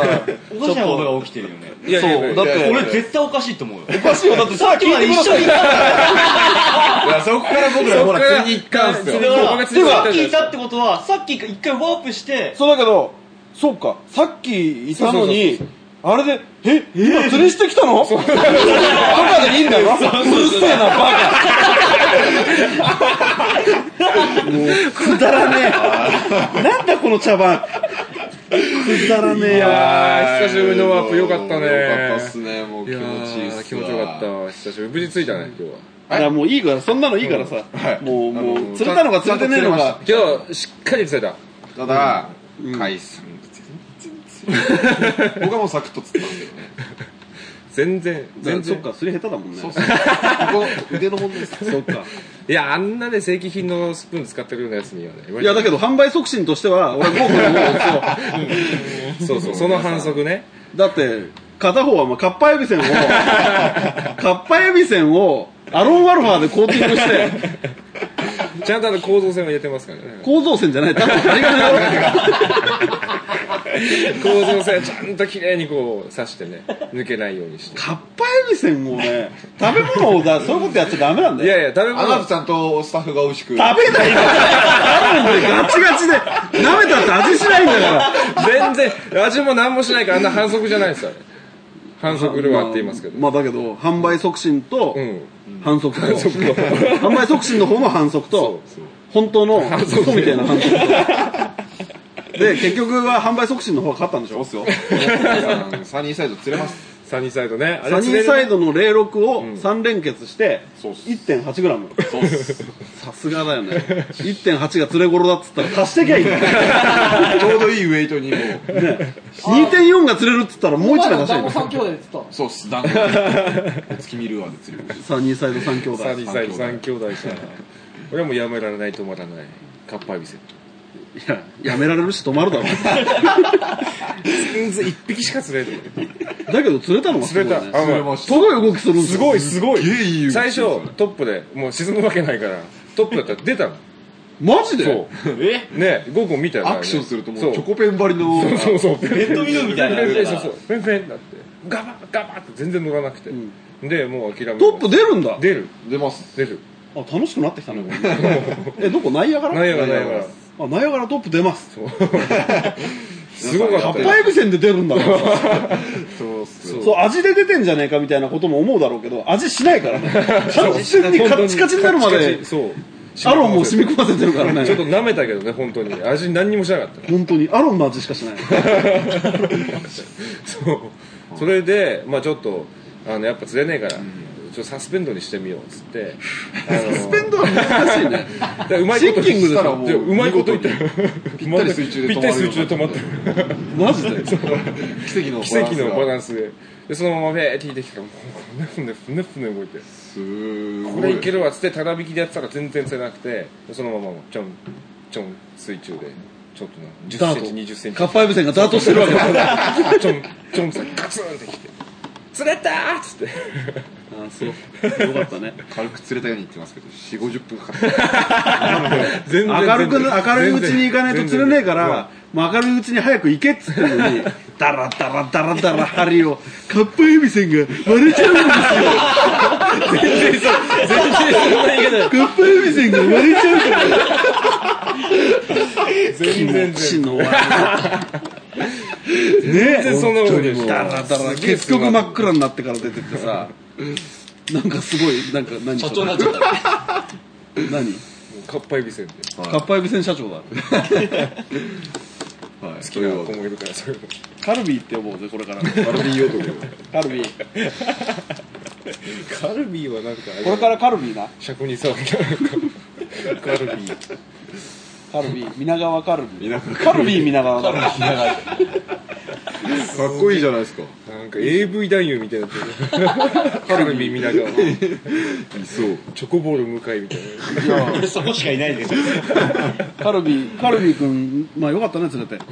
おかしなことが起きてるよね
らいやいやいやい
そうだっ
や
て
俺絶対おかしいと思うよ
おかしいよ。だってさ、聞いてください。
そこから僕らほら釣りに行ったんすよ
だから
そう
さっきいたってことはさっき一回ワープして
そうだけど、そうか、さっきいたのに、あれで、え、今釣りしてきたのとかでいいんだよ。うるせえな、バ
くだらねえなんだこの茶番くだらねえや
あー久しぶりのワープよかった
よ
ね
かったっすねもう
い
気
や
持ちいいっす
ー
わ
気持ちよかった久しぶり無事着いたね今日は
だからもういいからそんなのいいからさ、もうも
あ
う
の
釣れたのか釣れてねえの
ちゃん
か
と
今日しっかり着いた
ただ海さんが全然僕はもうサクッと釣ったんですけどね
全然全
そっ
然
か釣り下手だもんね
そうそうここ腕の問題です
そっか
いやあんなね正規品のスプーン使ってくるようなやつにはね
いやだけど販売促進としては俺ゴーグルもそう
そうそうその反則ね
だって片方はまあカッパエビ
[LAUGHS]
せんをカッパエビせんをアロンアルファでコーティング
[LAUGHS]
して
ちゃんとあの構造線を入れてますからね
構造線じゃないただの針金だろ
構造線をちゃんと綺麗にこう刺してね抜けないようにして
カッパエビせんをね食べ物をだそういうことやっちゃダメなんだ
い
よ
やいや食べ
あな
物
たちゃんとスタッフが美味しく
食べないから頼んでガチガチで舐めたって味しないんだから
全然味も何もしないからあんな反則じゃないですよあれ反則ルアーって言いますけど
まあまあだけど販売促進と
うん
反則と、
則と
販売促進の方の反則と
そう [LAUGHS] そう
本当のクソみたいな反則とで結局は販売促進の方が勝ったんでしょ
そうっすよ皆さんサニーサイド釣れます
サニーサイドねあれ
サニーサイ
ド
ドの06を3連結して
そうっす
1.8g さすがだよね1.8が釣れ頃だっつったら足してきゃ
[LAUGHS]
いいんだよ
ちょうどいいウェイトにもう
2.4が釣れるっつったらもう
お
一
前
枚
ら
出
[LAUGHS]
したい
団
ん
子
だよ
三兄弟って言っ
そうっす団子月見ルアーで釣りまし
サニーサイド3兄弟
サニーサイド3兄弟さ俺はもうやめられない止まらないカッパ見せ
いややめられるし止まるだろ
全然1匹しか釣れない
だけど釣れたのがすご
釣
い
れ
ね
たあ
釣れました
すごい動きするんです
す
よ
ごいすごい
げえいい動き
最初トップでもう沈むわけないからトップだったら出たの
マジで
そうねゴーゴン見たよ
たアクションするとも
そう
チョコペン張りの
そうそうペ
レッドミノみたいなのが
ンそうそうペンペンだってガバッガバッって全然乗らなくてでもう諦め
トップ出るんだ
出る
出ます
出る
あ楽しくなってきたねこれえどこナイアガラ
ナイアガラナイアガラ
あナイアガラトップ出ます
すごか
カ
っ
ッパエビせんで出るんだからさ
そうっす
そう味で出てんじゃねえかみたいなことも思うだろうけど味しないからね完全に
た
カッチカチになるま
カチカ
で
チそう
アロンも染み込ませてるから
ちょっと
ね
舐めたけどね本当に味何にもしなかった
本当にアロンの味しかしない
そうそれでまあちょっとあのやっぱ釣れねえから、ちょっとサスペンドにしてみようっつって
スペンドは難しいね
[LAUGHS] だからうまいこと
シンキングしたらもう
ううまいこと言ったよぴ
ったり水中で止まるようになった
ぴったり水中で止まった
マジで
奇跡の
奇跡のバ
ン
ランスででそのままベーって引いてきたらもうふねふねふねふね動いて
スす
こ
ご
れい
い
けるわっつって棚引きでやってたら全然釣れなくてそのままもうちょんちょん水中でちょっとな1 0ンチ2 0ンチ
カッパエブセンがダートしてるわけだからあ
ちょんちょんさガツンってきて釣れたーっつって
そうよかったね
軽く釣れたように言ってますけど4 5 0分かかって
全
明るく明るいうちに行かないと釣れねえからもう明るいうちに早く行けっつってんのにダラダラダラダラ針をカッパエビセンが割れちゃうんですよ全然そう全然そんな言い方カッパエビセンが割れちゃうから
全然
死
全
の悪いねえ
然そんなことないです
ダラダラ結局真っ暗になってから出てってさ [LAUGHS] なんかすごいなんか何
社長になっちゃった
何
かっぱえびせんで
カッパエビ船社長だ
はい
好き
そう
な
いう
子
わけ
もいるからそういうの
カルビーって呼ぼうぜこれから
バルビー男
カルビー
カルビーはなんかあれ
これからカルビーな
尺に触ったカルビー
カルビー皆川カルビーカルビー皆川だ
かっこいいじゃないですか
なんか AV 男優みたいになっ
[LAUGHS]
てるカルビー皆川チ
いそう
ョコボール向かいみたい
そこしかいないですよ
カルビーカルビー君まあよかったね連れて
な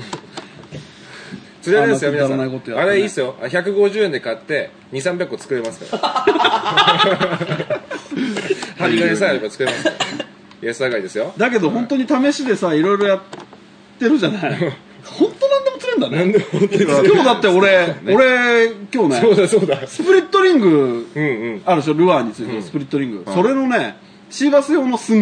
釣れるんですよ
あんな
皆
く
さ
だらないこと
ん
やってね
あれいいっすよあ150円で買って2300個作れま
[LAUGHS]
すから針金さえあれば作れますから安上がりですよ
だけど本当に試しでさいろいろやってるじゃない本当なんでも釣れんだね
なんで本当に
今日だって俺俺今日
そう
ね
だそうだ
スプリットリング
うんうん
あるでしょルアーについてるスプリットリング、それのねシーバス用のすん